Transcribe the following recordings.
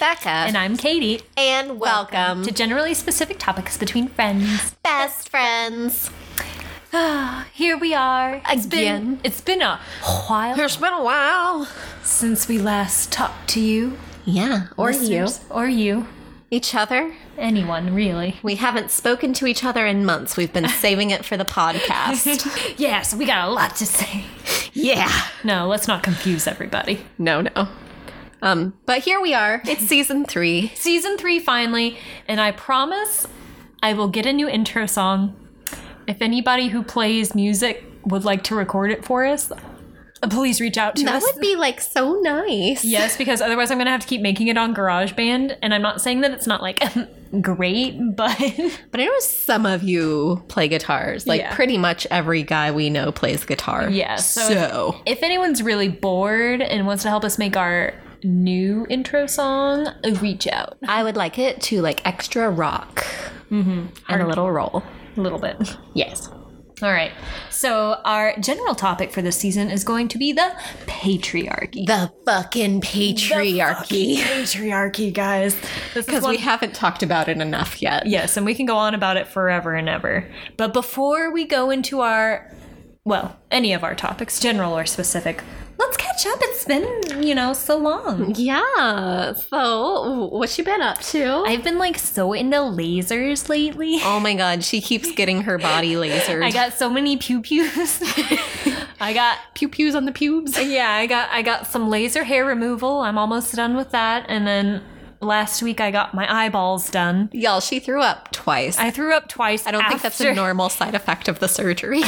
Becca. And I'm Katie. And welcome, To generally specific topics between friends. best friends. Here we are. It's Again. been it's been a while It's been a while. since we last talked to you. Yeah, or listeners, Or you. you. Each other. Anyone, really. We haven't spoken to each other in months. We've been saving it for the podcast. yeah, so we got a lot to say. yeah. No, let's not confuse everybody. No, no. Um, but here we are. It's season three. Season three finally, and I promise I will get a new intro song. If anybody who plays music would like to record it for us, uh, please reach out to That us. would be like so nice. Yes, because otherwise I'm going to have to keep making it on GarageBand. And I'm not saying that it's not like great, but But I know some of you play guitars. Like Yeah. pretty much every guy we know plays guitar. Yeah, so- so if anyone's really bored and wants to help us make our new intro song, reach out. I would like it to like extra rock and a little roll. A little bit. Yes. All right. So, our general topic for this season is going to be the patriarchy. The fucking patriarchy. Patriarchy, guys. Because Because we haven't talked about it enough yet. Yes, and we can go on about it forever and ever. But before we go into our, well, any of our topics, general or specific, let's catch up. It's been, you know, so long. Yeah. So, what you been up to? I've been like so into lasers lately. oh my god, she keeps getting her body lasered. I got so many pew pews. I got pew pews on the pubes. yeah, I got I got some laser hair removal. I'm almost done with that. And then last week I got my eyeballs done. Y'all, she threw up twice. I, I threw up twice. I don't think that's a normal side effect of the surgery.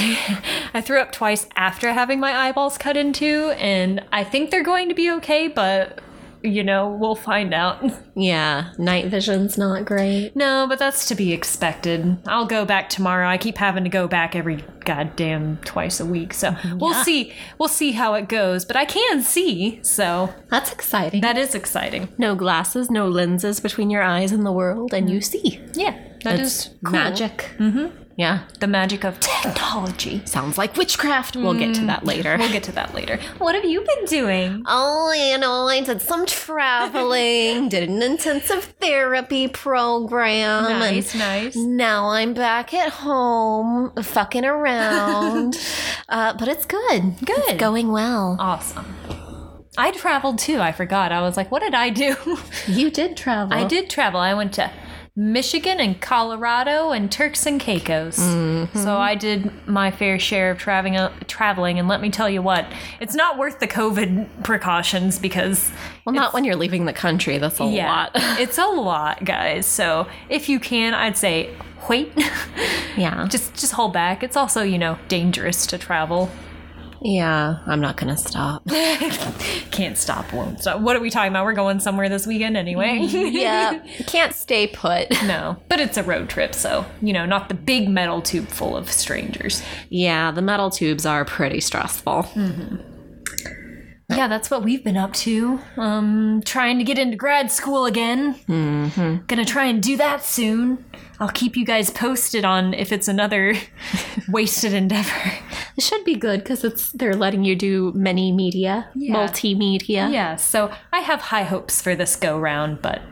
I threw up twice after having my eyeballs cut into, and I think they're going to be okay, but you know, we'll find out. yeah, night vision's not great. no, but that's to be expected. I'll go back tomorrow. I keep having to go back every goddamn twice a week, so we'll see. We'll see how it goes, but I can see, so That's exciting. that is exciting. no glasses, no lenses between your eyes and the world, and you see. Yeah, that is It's magic. Mm. Mm-hmm. Yeah. The magic of technology. Sounds like witchcraft. We'll get to that later. We'll get to that later. What have you been doing? Oh, you know, I did some traveling, did an intensive therapy program, Nice, nice. and now I'm back at home, fucking around. uh, but it's good. Good. It's going well. Awesome. I traveled too. I forgot. I was like, what did I do? You did travel. I did travel. I went to Michigan and Colorado and Turks and Caicos. Mm-hmm. So I did my fair share of traveling. uh, traveling, and let me tell you what, it's not worth the COVID precautions because Well, not when you're leaving the country. That's a lot. it's a lot, guys. So if you can, I'd say wait. Yeah. just just hold back. It's also you know dangerous to travel. yeah. I'm not going to stop. Can't stop, won't stop. What are we talking about? We're going somewhere this weekend anyway. yeah. Can't stay put. No, but it's a road trip, so, you know, not the big metal tube full of strangers. Yeah. The metal tubes are pretty stressful. Yeah, that's what we've been up to. Um, trying to get into grad school again. Mm-hmm. Gonna try and do that soon. I'll keep you guys posted on if it's another wasted endeavor. It should be good because it's they're letting you do many media, multimedia. Yeah, so I have high hopes for this go round, but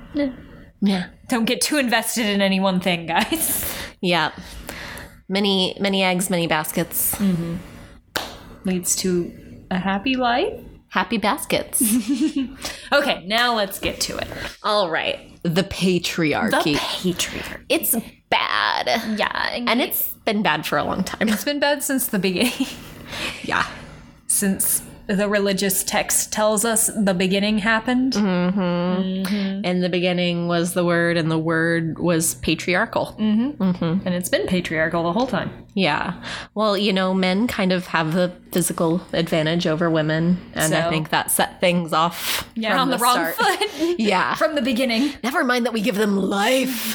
Yeah. don't get too invested in any one thing, guys. Yeah. Many, many eggs, many baskets. Leads to a happy life. Happy baskets. Okay, now let's get to it. All right. The The patriarchy. Patriarch. it's bad. Yeah, And it's been bad for a long time. It's been bad since the beginning. Yeah. since the religious text tells us the beginning happened. In the beginning was the word, and the word was patriarchal. Mm. And it's been patriarchal the whole time. Yeah. Well, you know, men kind of have the physical advantage over women. And I So- think that set things off. Yeah, from on the, wrong start. foot. Yeah. From the beginning. Never mind that we give them life.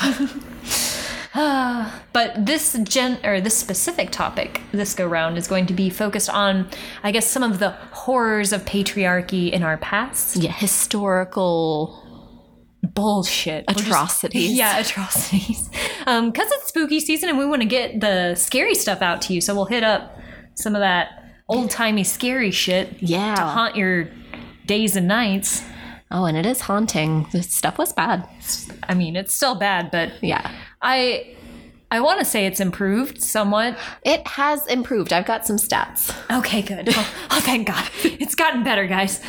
But this gen or this specific topic, this go round, is going to be focused on, I guess, some of the horrors of patriarchy in our past. yeah, historical Bullshit. We're just- atrocities. yeah, atrocities. Um, because it's spooky season and we want to get the scary stuff out to you, so we'll hit up some of that old timey scary shit. Yeah. to haunt your days and nights. Oh, and it is haunting. The stuff was bad. I mean, it's still bad, but Yeah. I I want to say it's improved somewhat. It has improved. I've got some stats. Okay, good. Oh, oh, thank God. It's gotten better, guys.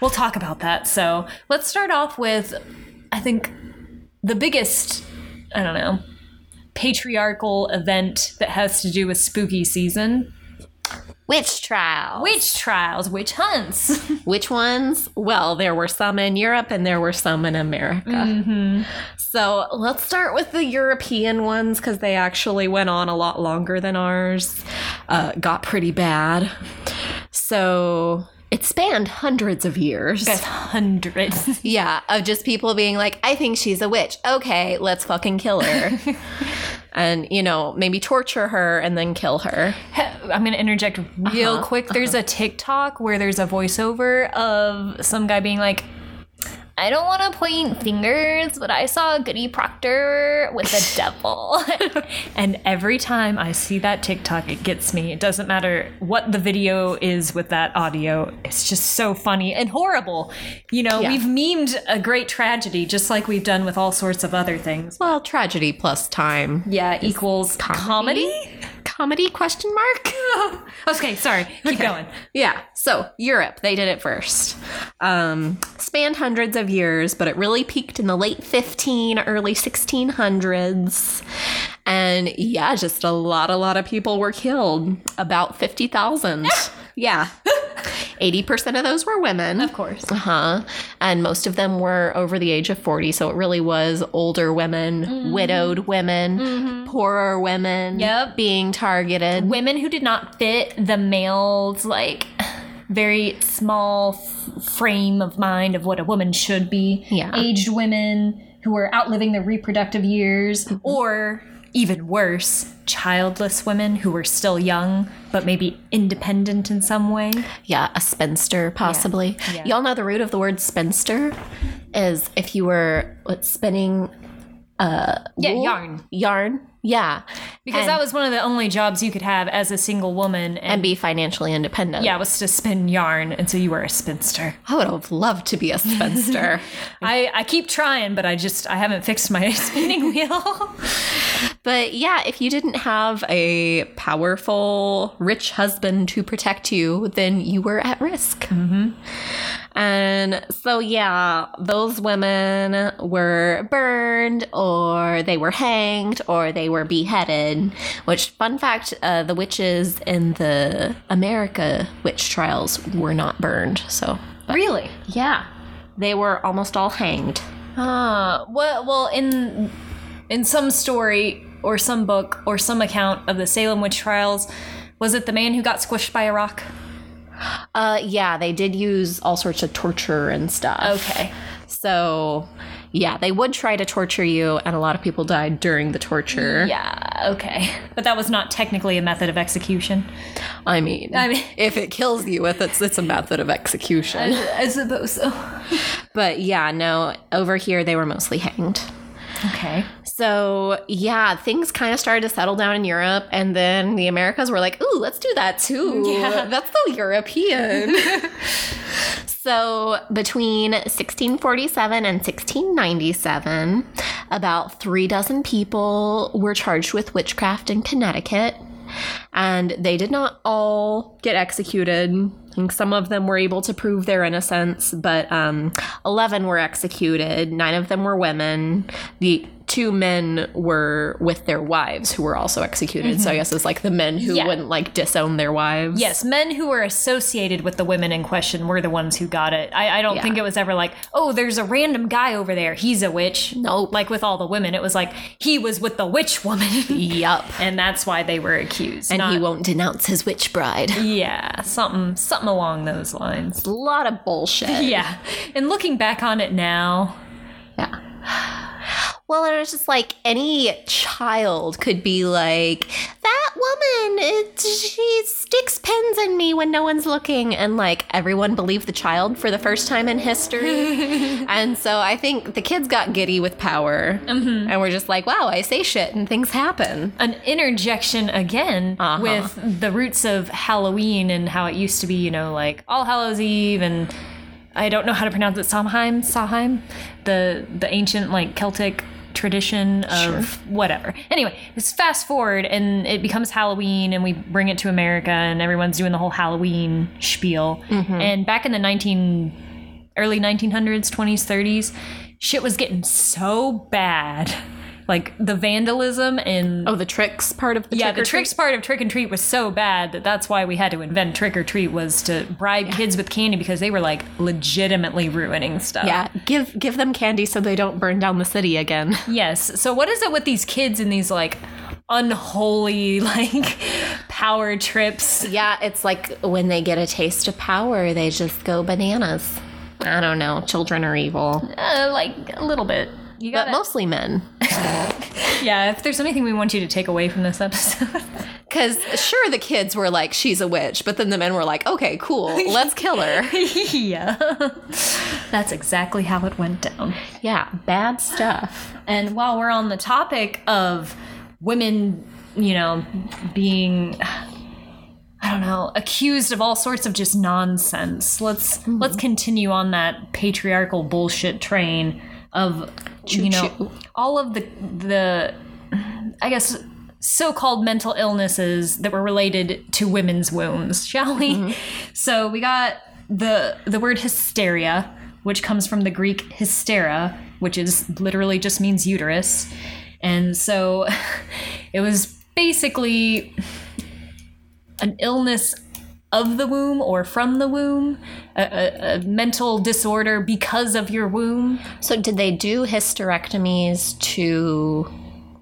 We'll talk about that. So let's start off with, I think, the biggest, I don't know, patriarchal event that has to do with spooky season Witch trial. witch trials, witch hunts. Which ones? Well, there were some in Europe and there were some in America. So let's start with the European ones because they actually went on a lot longer than ours, uh, got pretty bad. So it spanned hundreds of years. That's hundreds. Yeah, of just people being like, I think she's a witch. Okay, let's fucking kill her. and, you know, maybe torture her and then kill her. I'm going to interject real Uh-huh, quick. There's a TikTok where there's a voiceover of some guy being like, I don't want to point fingers, but I saw Goody Proctor with the devil. and every time I see that TikTok, it gets me. It doesn't matter what the video is with that audio, it's just so funny and horrible. You know, Yeah. we've memed a great tragedy just like we've done with all sorts of other things. Well, tragedy plus time. Yeah, equals comedy? Comedy question mark? okay, sorry. Keep going. Yeah. So Europe, they did it first. Um, spanned hundreds of years, but it really peaked in the late 15, early 1600s. And yeah, just a lot, a lot of people were killed. About 50,000. yeah. 80% of those were women. Of course. Uh huh. And most of them were over the age of 40. So it really was older women, Mm-hmm. widowed women, poorer women Yep. being targeted. women who did not fit the male's like very small f- frame of mind of what a woman should be. Yeah. Aged women who were outliving their reproductive years, Mm-hmm. or even worse, childless women who were still young but maybe independent in some way. Yeah, a spinster, possibly. Yeah. Y'all know the root of the word spinster is if you were what, spinning uh, Yeah, wool? yarn. yarn. Yeah, Because And- that was one of the only jobs you could have as a single woman, and, and be financially independent. yeah, was to spin yarn, and so you were a spinster. I would have loved to be a spinster. I, I keep trying, but I just I haven't fixed my spinning wheel. but yeah, if you didn't have a powerful, rich husband to protect you, then you were at risk. And so, yeah, those women were burned or they were hanged or they were beheaded. Which, fun fact, uh, the witches in the America witch trials were not burned. So, really? yeah, they were almost all hanged. Ah, well, well, in in some story or some book or some account of the Salem witch trials, was it the man who got squished by a rock? Uh, yeah, they did use all sorts of torture and stuff. Okay. So, yeah, they would try to torture you, and a lot of people died during the torture. Yeah. Okay. But that was not technically a method of execution. I mean, I mean- if it kills you, if it's it's a method of execution. I suppose oh. so. but yeah, no, over here they were mostly hanged. Okay. So yeah, things kind of started to settle down in Europe, and then the Americas were like, "Ooh, let's do that too. Yeah. That's so European." so between 1647 and 1697, about three dozen people were charged with witchcraft in Connecticut, and they did not all get executed. I think some of them were able to prove their innocence, but um, 11 were executed. Nine of them were women. The two men were with their wives who were also executed. So I guess it's like the men who Mm-hmm. Yeah. wouldn't like disown their wives. Yes, men who were associated with the women in question were the ones who got it. I, I don't Yeah. think it was ever like, oh, there's a random guy over there. He's a witch. Nope. Like with all the women, it was like he was with the witch woman, Yup. and that's why they were accused. And not- he won't denounce his witch bride. Yeah, something something along those lines. A lot of bullshit. Yeah. And looking back on it now, Yeah. Well, and it's just like any child could be like, that woman, it, she sticks pins in me when no one's looking. And like everyone believed the child for the first time in history. and so I think the kids got giddy with power. And we're just like, wow, I say shit and things happen. an interjection again Uh-huh. with the roots of Halloween and how it used to be, you know, like All Hallows Eve and I don't know how to pronounce it. Samhain, Samhain, the the ancient like Celtic tradition of whatever. Anyway, it's fast forward and it becomes Halloween and we bring it to America and everyone's doing the whole Halloween spiel. And back in the 19 early 1900s, 20s, 30s, shit was getting so bad. Like the vandalism and Oh, the tricks part of the yeah, trick or the tricks part of trick and treat was so bad that that's why we had to invent trick or treat was to bribe kids with candy because they were like legitimately ruining stuff. treat? Yeah, give give them candy so they don't burn down the city again. Yes. So what is it with these kids and these like unholy like power trips? Yeah, it's like when they get a taste of power, they just go bananas. I don't know. Children are evil, Uh, like a little bit. You but got mostly men. Yeah, if there's anything we want you to take away from this episode. Because sure, the kids were like, she's a witch, but then the men were like, okay, cool, let's kill her. yeah. That's exactly how it went down. Yeah, bad stuff. And while we're on the topic of women, you know, being I don't know, accused of all sorts of just nonsense. Let's let's continue on that patriarchal bullshit train of Choo-choo. you know all of the the I guess so-called mental illnesses that were related to women's wounds, shall we? So we got the the word hysteria, which comes from the Greek hystera, which is literally just means uterus. And so it was basically an illness of the womb or from the womb, a, a, a mental disorder because of your womb. So, did they do hysterectomies to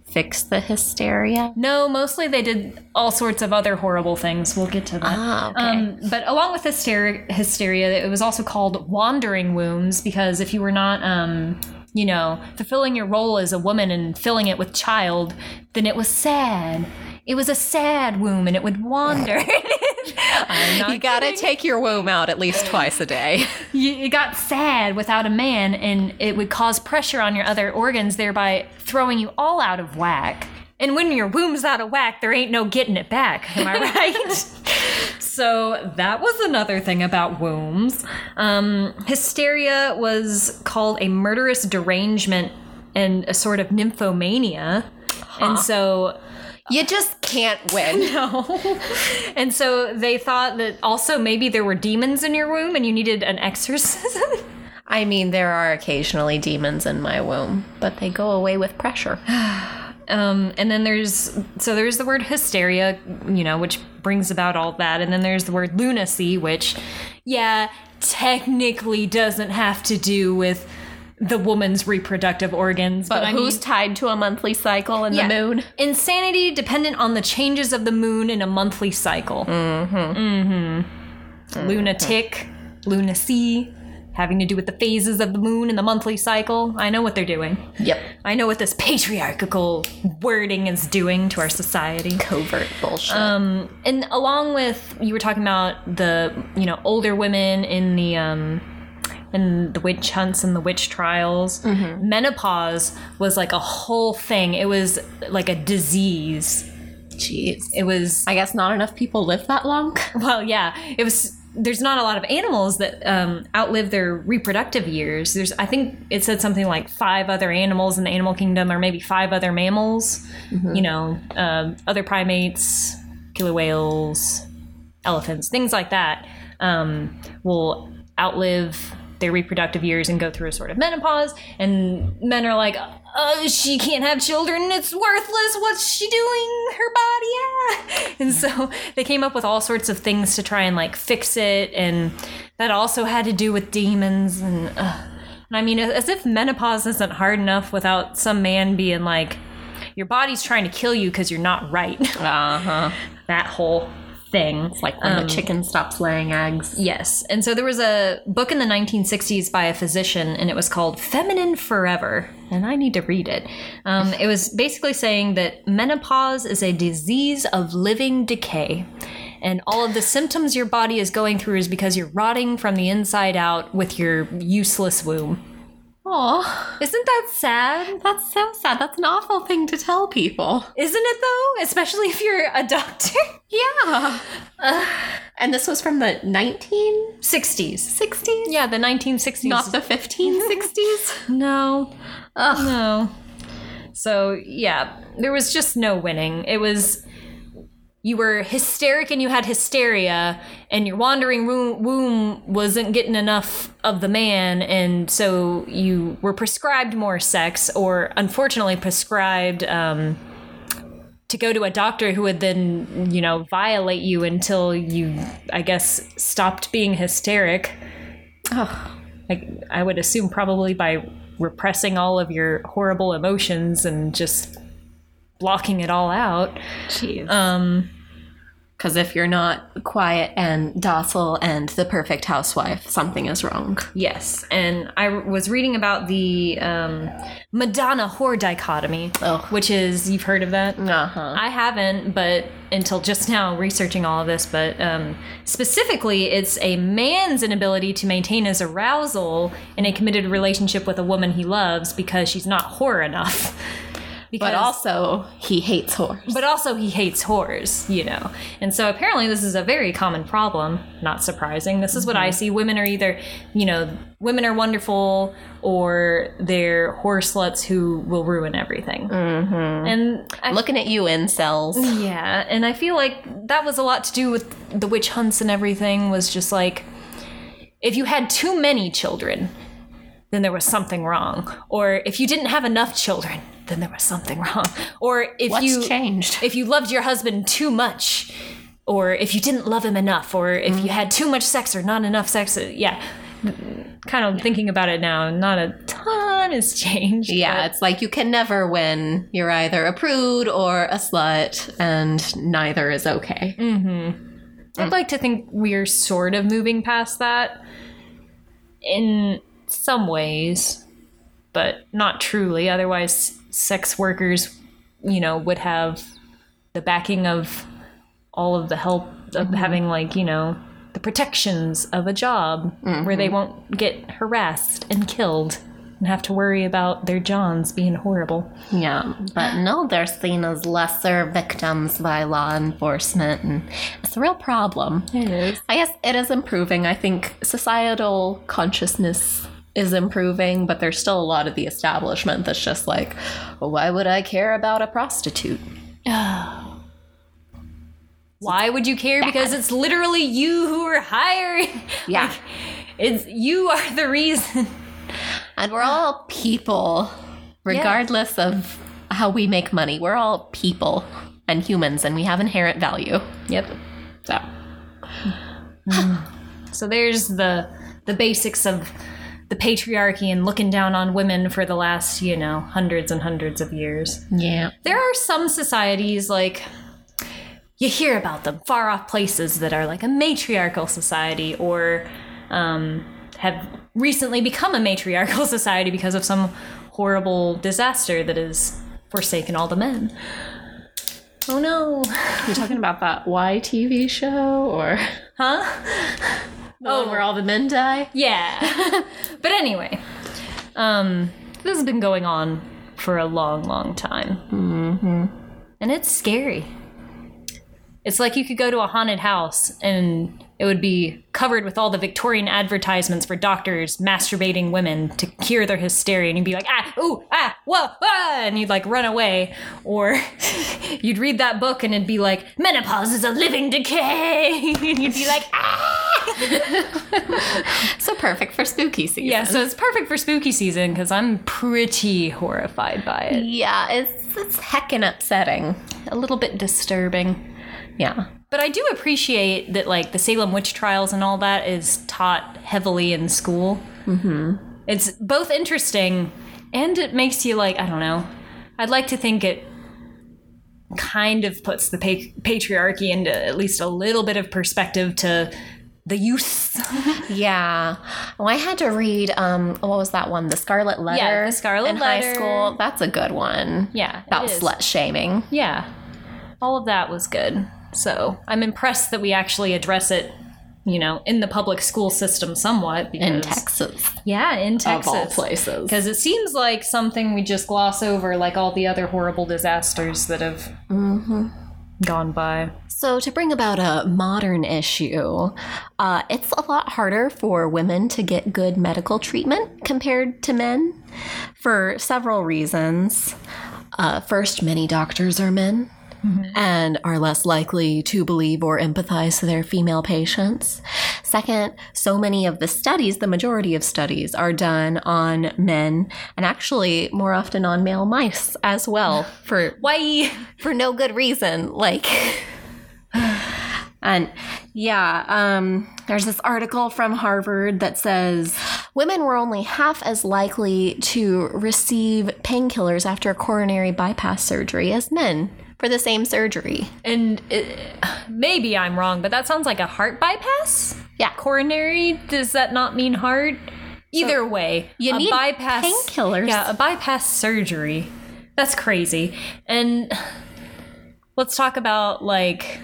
fix the hysteria? No, mostly they did all sorts of other horrible things. We'll get to that. Ah, okay. Um, but along with hysteria, hysteria, it was also called wandering wombs because if you were not, um, you know, fulfilling your role as a woman and filling it with child, then it was sad. It was a sad womb and it would wander. I'm not you gotta take your womb out at least twice a day. you, it got sad without a man and it would cause pressure on your other organs thereby throwing you all out of whack and when your womb's out of whack there ain't no getting it back am i right so that was another thing about wombs um, hysteria was called a murderous derangement and a sort of nymphomania and so You just can't win. no. and so they thought that also maybe there were demons in your womb and you needed an exorcism I mean, there are occasionally demons in my womb, but they go away with pressure. Um, and then there's so there's the word hysteria, you know, which brings about all that, and then there's the word lunacy, which, yeah, technically doesn't have to do with the woman's reproductive organs, but, But I mean, who's tied to a monthly cycle and yeah. the moon? insanity dependent on the changes of the moon in a monthly cycle. Mm-hmm. Mm-hmm. Lunatic, lunacy, having to do with the phases of the moon and the monthly cycle. I know what they're doing. Yep. I know what this patriarchal wording is doing to our society. Covert bullshit. Um, and along with you were talking about the you know older women in the um, in the witch hunts and the witch trials, menopause was like a whole thing. It was like a disease. Jeez. It was I guess not enough people live that long. well, yeah, it was. There's not a lot of animals that um, outlive their reproductive years. There's, I think it said something like five other animals in the animal kingdom, or maybe five other mammals. You know, um, other primates, killer whales, elephants, things like that. Um, will outlive their reproductive years and go through a sort of menopause. And men are like, uh, she can't have children. It's worthless. What's she doing? Her body. Ah. And so they came up with all sorts of things to try and like fix it. And that also had to do with demons. And, uh, and I mean, as if menopause isn't hard enough without some man being like, your body's trying to kill you because you're not right. Uh huh. that whole thing. It's like when the chicken stops laying eggs. Yes. And so there was a book in the 1960s by a physician, and it was called Feminine Forever. And I need to read it. Um, it was basically saying that menopause is a disease of living decay. And all of the symptoms your body is going through is because you're rotting from the inside out with your useless womb. Aw, Isn't that sad? that's so sad. That's an awful thing to tell people. Isn't it though? Especially if you're a doctor. Yeah. And this was from the 1960s, 60s. Yeah, the 1960s. not the 1560s. no. Ugh. No. So, yeah, there was just no winning. It was you were hysteric and you had hysteria and your wandering womb, womb wasn't getting enough of the man and so you were prescribed more sex or unfortunately prescribed um, to go to a doctor who would then you know violate you until you i guess stopped being hysteric like I would assume probably by repressing all of your horrible emotions and just blocking it all out. Jeez. Um Because if you're not quiet and docile and the perfect housewife, something is wrong. yes, and I was reading about the um Madonna whore dichotomy, Ugh. which is you've heard of that? Uh huh. I haven't, but until just now researching all of this, but um, specifically, it's a man's inability to maintain his arousal in a committed relationship with a woman he loves because she's not whore enough. But Because also, he hates whores. But also, he hates whores, you know. And so, apparently, this is a very common problem. Not surprising. This is what I see. Women are either, you know, women are wonderful or they're whore sluts who will ruin everything. Mm-hmm. And I, Looking at you, incels. yeah, and I feel like that was a lot to do with the witch hunts and everything, was just like if you had too many children, then there was something wrong. Or if you didn't have enough children, then there was something wrong. Or if What's you changed? if you loved your husband too much or if you didn't love him enough or if you had too much sex or not enough sex uh, yeah kind of thinking about it now not a ton has changed Yeah, it's like you can never win. You're either a prude or a slut, and neither is okay. but i'd like to think we're sort of moving past that in some ways but not truly otherwise sex workers you know would have the backing of all of the help of having like you know the protections of a job where they won't get harassed and killed and have to worry about their johns being horrible Yeah, but no, they're seen as lesser victims by law enforcement, and it's a real problem. it is I guess it is improving. I think societal consciousness is improving, but there's still a lot of the establishment that's just like, why would I care about a prostitute? why would you care because it's literally you who are hiring Yeah, it's you are the reason and we're all people, regardless of how we make money. We're all people and humans, and we have inherent value. yep So, So there's the the basics of the patriarchy and looking down on women for the last, you know, hundreds and hundreds of years. yeah. There are some societies like you hear about them far off places that are like a matriarchal society or um, have recently become a matriarchal society because of some horrible disaster that has forsaken all the men. Oh no. You're talking about that Y TV show or Huh? oh, where all the men die? Yeah. but anyway, um, this has been going on for a long, long time. Mm-hmm. And it's scary. It's like you could go to a haunted house and it would be covered with all the Victorian advertisements for doctors masturbating women to cure their hysteria. And you'd be like, ah, ooh, ah, whoa, ah, and you'd like run away. Or you'd read that book and it'd be like, menopause is a living decay. and you'd be like, So perfect for spooky season. Yeah, so it's perfect for spooky season because I'm pretty horrified by it. Yeah, it's it's heckin' upsetting. A little bit disturbing. Yeah. But I do appreciate that, like, the Salem witch trials and all that is taught heavily in school. Mm-hmm. It's both interesting and it makes you, like, I don't know. I'd like to think it kind of puts the pa- patriarchy into at least a little bit of perspective to the youth. Yeah. Well, I had to read um what was that one? The Scarlet Letter. The Scarlet in high Letter. school. That's a good one. Yeah. it About is. slut shaming. yeah, all of that was good. So I'm impressed that we actually address it, you know, in the public school system somewhat. Because, In Texas. Yeah, in Texas. places. Because it seems like Mm-hmm. something we just gloss over, like all the other horrible disasters that have gone by. So, to bring about a modern issue, uh, it's a lot harder for women to get good medical treatment compared to men for several reasons. Uh, first, many doctors are men and are less likely to believe or empathize to their female patients. Second, so many of the studies, the majority of studies, are done on men and actually more often on male mice as well for Why? for no good reason like and yeah um there's this article from harvard that says women were only half as likely to receive painkillers after coronary bypass surgery as men for the same surgery And uh, maybe I'm wrong, but that sounds like a heart bypass. yeah Coronary? Does that not mean heart? Either way, you a need bypass painkillers. Yeah, a bypass surgery. That's crazy. And let's talk about like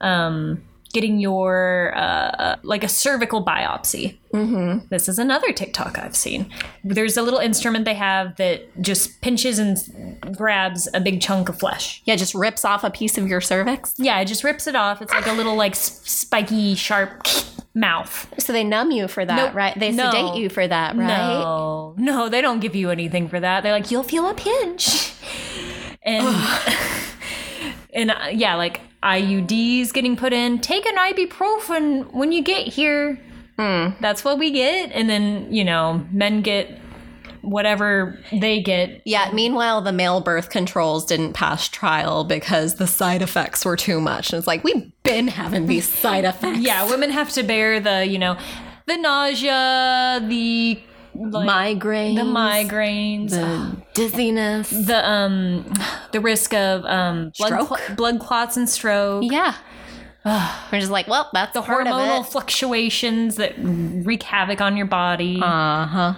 um getting your uh like a cervical biopsy. Mm-hmm. This is another TikTok I've seen. There's a little instrument they have that just pinches and grabs a big chunk of flesh. yeah just rips off a piece of your cervix Yeah, it just rips it off. It's like a little like s- spiky sharp mouth. so they numb you for that Nope. right they No. sedate you for that right No, no, they don't give you anything for that. They're like, you'll feel a pinch, and and uh, yeah, like IUDs getting put in. Take an ibuprofen when you get here. Hmm. That's what we get, and then you know, men get whatever they get. Yeah, meanwhile, the male birth controls didn't pass trial because the side effects were too much. And it's like, we've been having these side effects. Yeah, women have to bear the you know, the nausea, the like, Migraines, the migraines, the dizziness. the um the risk of um blood, Stroke? cl- blood clots and stroke Yeah. We're just like, well, that's the part hormonal hormonal. fluctuations that wreak havoc on your body uh huh.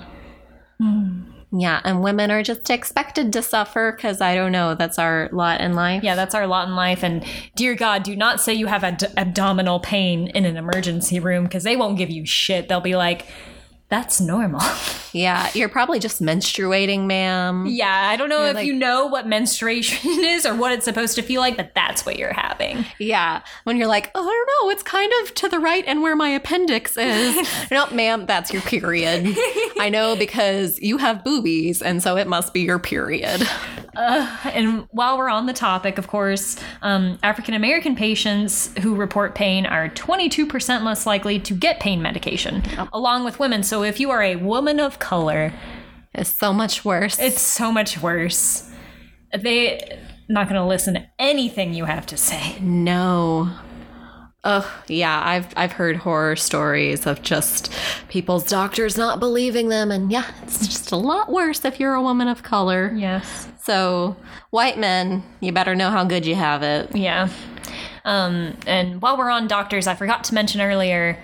Hmm. Yeah, and women are just expected to suffer because I don't know, that's our lot in life. yeah that's our lot in life and dear god do not say you have ad- abdominal pain in an emergency room because they won't give you shit they'll be like that's normal Yeah, you're probably just menstruating, ma'am. yeah i don't know if like- you know what menstruation is or what it's supposed to feel like but that's what you're having Yeah, when you're like, oh, I don't know, it's kind of to the right and where my appendix is. no, ma'am, that's your period. I know because you have boobies, and so it must be your period. And while we're on the topic, of course, um, African American patients who report pain are 22% less likely to get pain medication, along with women. So if you are a woman of color, It's so much worse. it's so much worse. They not going to listen to anything you have to say. no. Ugh, yeah, I've I've heard horror stories of just people's doctors not believing them, and yeah, it's just a lot worse if you're a woman of color. Yes. So, white men, you better know how good you have it. Yeah. Um, and while we're on doctors, I forgot to mention earlier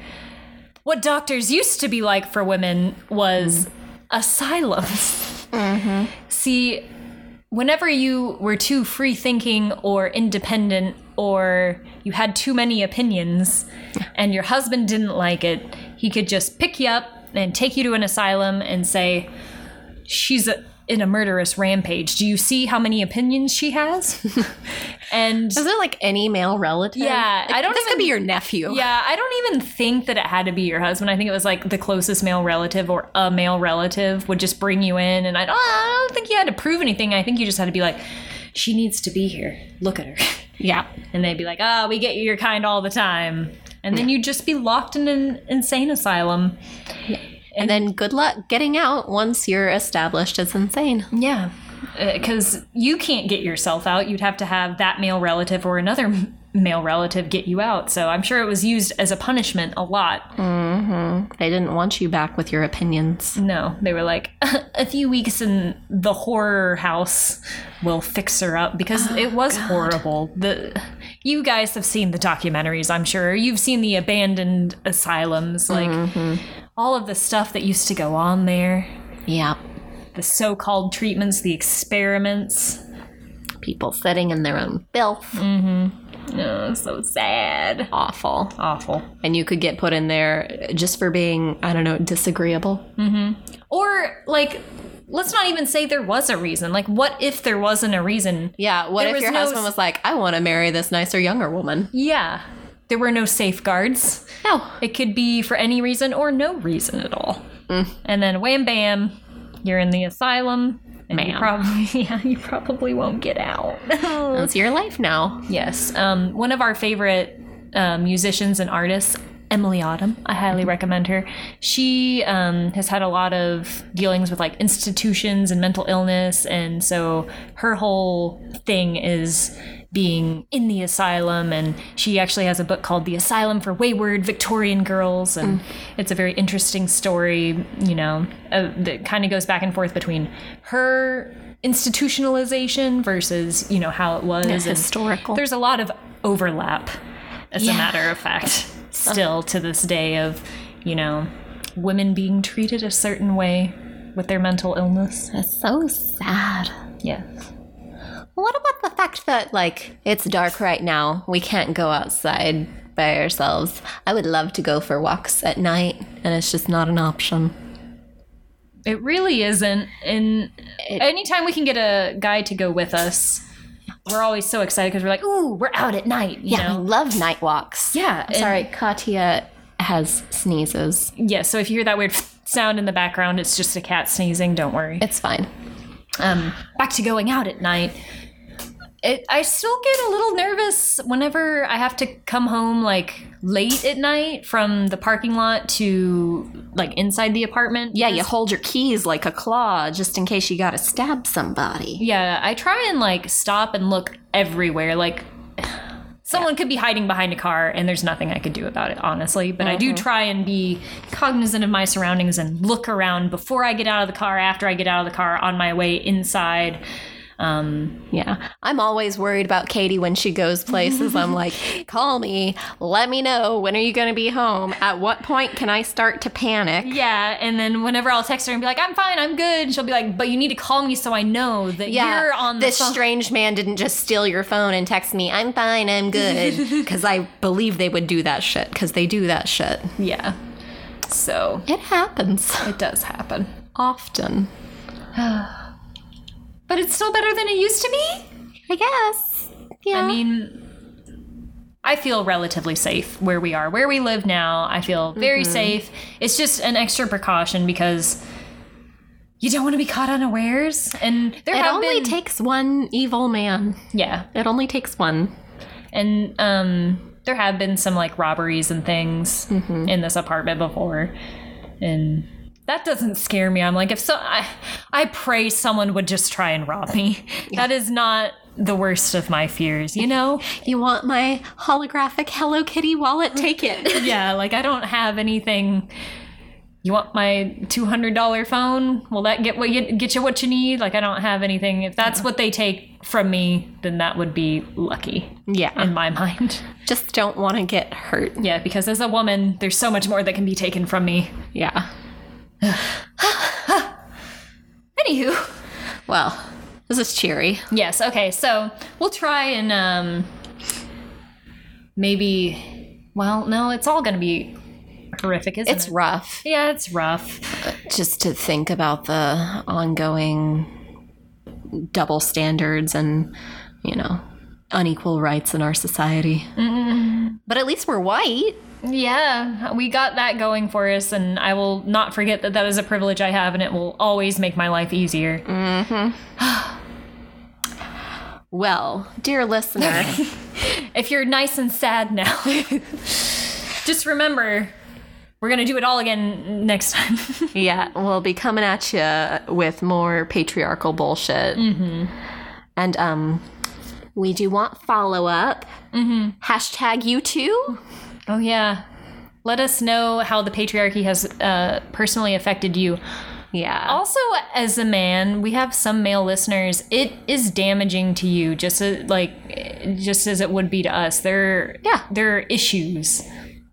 what doctors used to be like for women was asylums. See, whenever you were too free thinking or independent or you had too many opinions and your husband didn't like it, he could just pick you up and take you to an asylum and say, She's a, in a murderous rampage. Do you see how many opinions she has? and Is it like any male relative? Yeah, Like, I don't This could even- be your nephew. Yeah, I don't even think that it had to be your husband. I think it was like the closest male relative or a male relative would just bring you in, and I don't, I don't think you had to prove anything. I think you just had to be like, she needs to be here. Look at her, yeah. and they'd be like, ah, we get you your kind all the time, and then you'd just be locked in an insane asylum. And then good luck getting out once you're established as insane. Yeah, because you can't get yourself out. You'd have to have that male relative or another male relative get you out. So I'm sure it was used as a punishment a lot. They didn't want you back with your opinions. No, they were like, a few weeks in the horror house will fix her up because it was horrible. The you guys have seen the documentaries, I'm sure. You've seen the abandoned asylums, like all of the stuff that used to go on there, Yeah. the so-called treatments, the experiments. People sitting in their own filth. Oh, so sad. Awful. Awful. And you could get put in there just for being, I don't know, disagreeable. Or like let's not even say there was a reason. Like, what if there wasn't a reason? Yeah. What There if was your no husband s- was like, I want to marry this nicer, younger woman? Yeah. There were no safeguards. No. It could be for any reason or no reason at all. And then wham bam, you're in the asylum. And you Ma'am. probably yeah, you probably won't get out. It's your life now. yes. Um, one of our favorite um, musicians and artists, Emily Autumn. I highly recommend her. She um, has had a lot of dealings with like institutions and mental illness, and so her whole thing is being in the asylum and she actually has a book called the asylum for wayward victorian girls and it's a very interesting story you know uh, that kind of goes back and forth between her institutionalization versus you know how it was and historical. there's a lot of overlap as a Yeah. matter of fact still to this day of you know women being treated a certain way with their mental illness It's so sad. yes What about the fact that, like, it's dark right now? We can't go outside by ourselves. I would love to go for walks at night, and it's just not an option. It really isn't. And anytime we can get a guy to go with us, we're always so excited because we're like, ooh, we're out at night, you Yeah, I know? love night walks. Yeah. and- Sorry, Katya has sneezes. Yeah. So if you hear that weird sound in the background, it's just a cat sneezing. Don't worry. It's fine. Um, back to going out at night. It, I still get a little nervous whenever I have to come home like late at night from the parking lot to like inside the apartment. Yeah, you hold your keys like a claw just in case you gotta stab somebody. Yeah, I try and like stop and look everywhere. Like someone could be hiding behind a car and there's nothing I could do about it, honestly. But I do try and be cognizant of my surroundings and look around before I get out of the car, after I get out of the car, on my way inside. Um, Yeah. I'm always worried about Katie when she goes places. I'm like, call me, let me know. When are you gonna be home? At what point can I start to panic? yeah, and then whenever I'll text her and be like, "I'm fine, I'm good," she'll be like, "But you need to call me so I know that Yeah, you're on the this phone." strange man didn't just steal your phone and text me, I'm fine, I'm good. Because I believe they would do that shit, because they do that shit. yeah, so It happens it does happen, often. but it's still better than it used to be. I guess. Yeah. I mean, I feel relatively safe where we are, where we live now. I feel very safe. It's just an extra precaution because you don't want to be caught unawares. And there it have only been, takes one evil man. yeah, It only takes one. and um, there have been some like robberies and things in this apartment before, and. That doesn't scare me. I'm like, if so, I, I pray someone would just try and rob me. That is not the worst of my fears, you know? You want my holographic Hello Kitty wallet? Take it. yeah, like I don't have anything. You want my two hundred dollar phone? Will that get what you get you what you need? Like I don't have anything. If that's what they take from me, then that would be lucky yeah. in my mind. Just don't want to get hurt. Yeah, because as a woman, there's so much more that can be taken from me. Yeah. Anywho, Well, this is cheery. yes, okay, so we'll try and um, maybe. Well, no, it's all gonna be horrific, isn't It's it? rough yeah, it's rough. just to think about the ongoing double standards and, you know, unequal rights in our society. But at least we're white. Yeah, we got that going for us, and I will not forget that that is a privilege I have, and it will always make my life easier. Well, dear listener, If you're nice and sad now, just remember we're gonna do it all again next time. yeah, we'll be coming at you with more patriarchal bullshit. Mm-hmm. And um, we do want follow up. Mm-hmm. Hashtag you too. oh, yeah. Let us know how the patriarchy has uh, personally affected you. Yeah. Also, as a man, we have some male listeners. It is damaging to you, just as, like just as it would be to us. There, Yeah. there are issues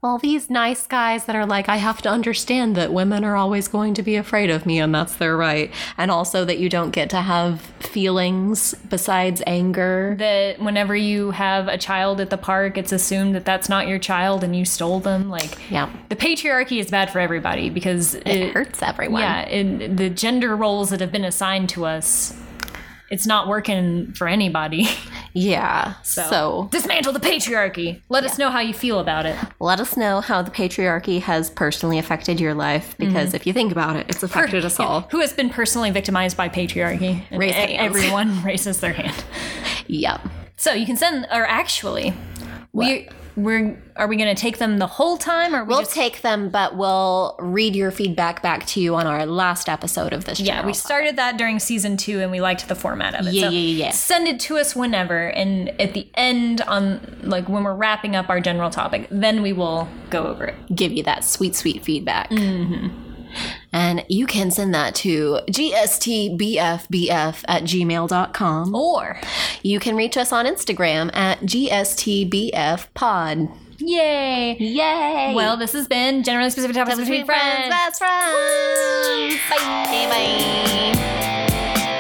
Well, these nice guys that are like, I have to understand that women are always going to be afraid of me, and that's their right. And also that you don't get to have feelings besides anger. That whenever you have a child at the park, it's assumed that that's not your child and you stole them. Like, Yeah. the patriarchy is bad for everybody because it, It hurts everyone. Yeah, and the gender roles that have been assigned to us, it's not working for anybody. Yeah. So, dismantle the patriarchy. Let us know how you feel about it. let us know how the patriarchy has personally affected your life because if you think about it, it's affected us all. Who has been personally victimized by patriarchy? And Raise e- hands. Everyone raises their hand. Yep. So you can send, or actually, we we're are we going to take them the whole time, or we We'll just take them, but we'll read your feedback back to you on our last episode of this yeah, we started that during season two, and we liked the format of it. Yeah, so yeah, yeah. Send it to us whenever, and at the end, on like when we're wrapping up our general topic, then we will go over it. give you that sweet, sweet feedback. And you can send that to gstbfbf at gmail.com. Or You can reach us on Instagram at gstbfpod. yay! Yay! Well, this has been generally specific topics between, friends. best friends. Bye. bye.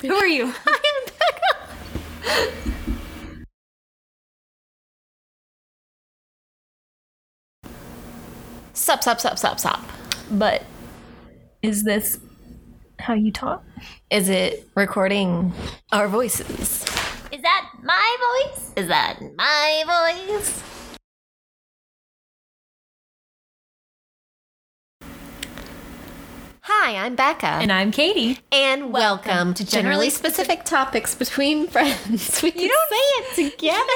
Who are you? Sup, sup, sup, sup, sup. but is this how you talk? Is it recording our voices? Is that my voice? Is that my voice? Hi, I'm Becca. And I'm Katie. And welcome, welcome to to Generally Generally Specific Topics Between Friends. We can don't- say it together.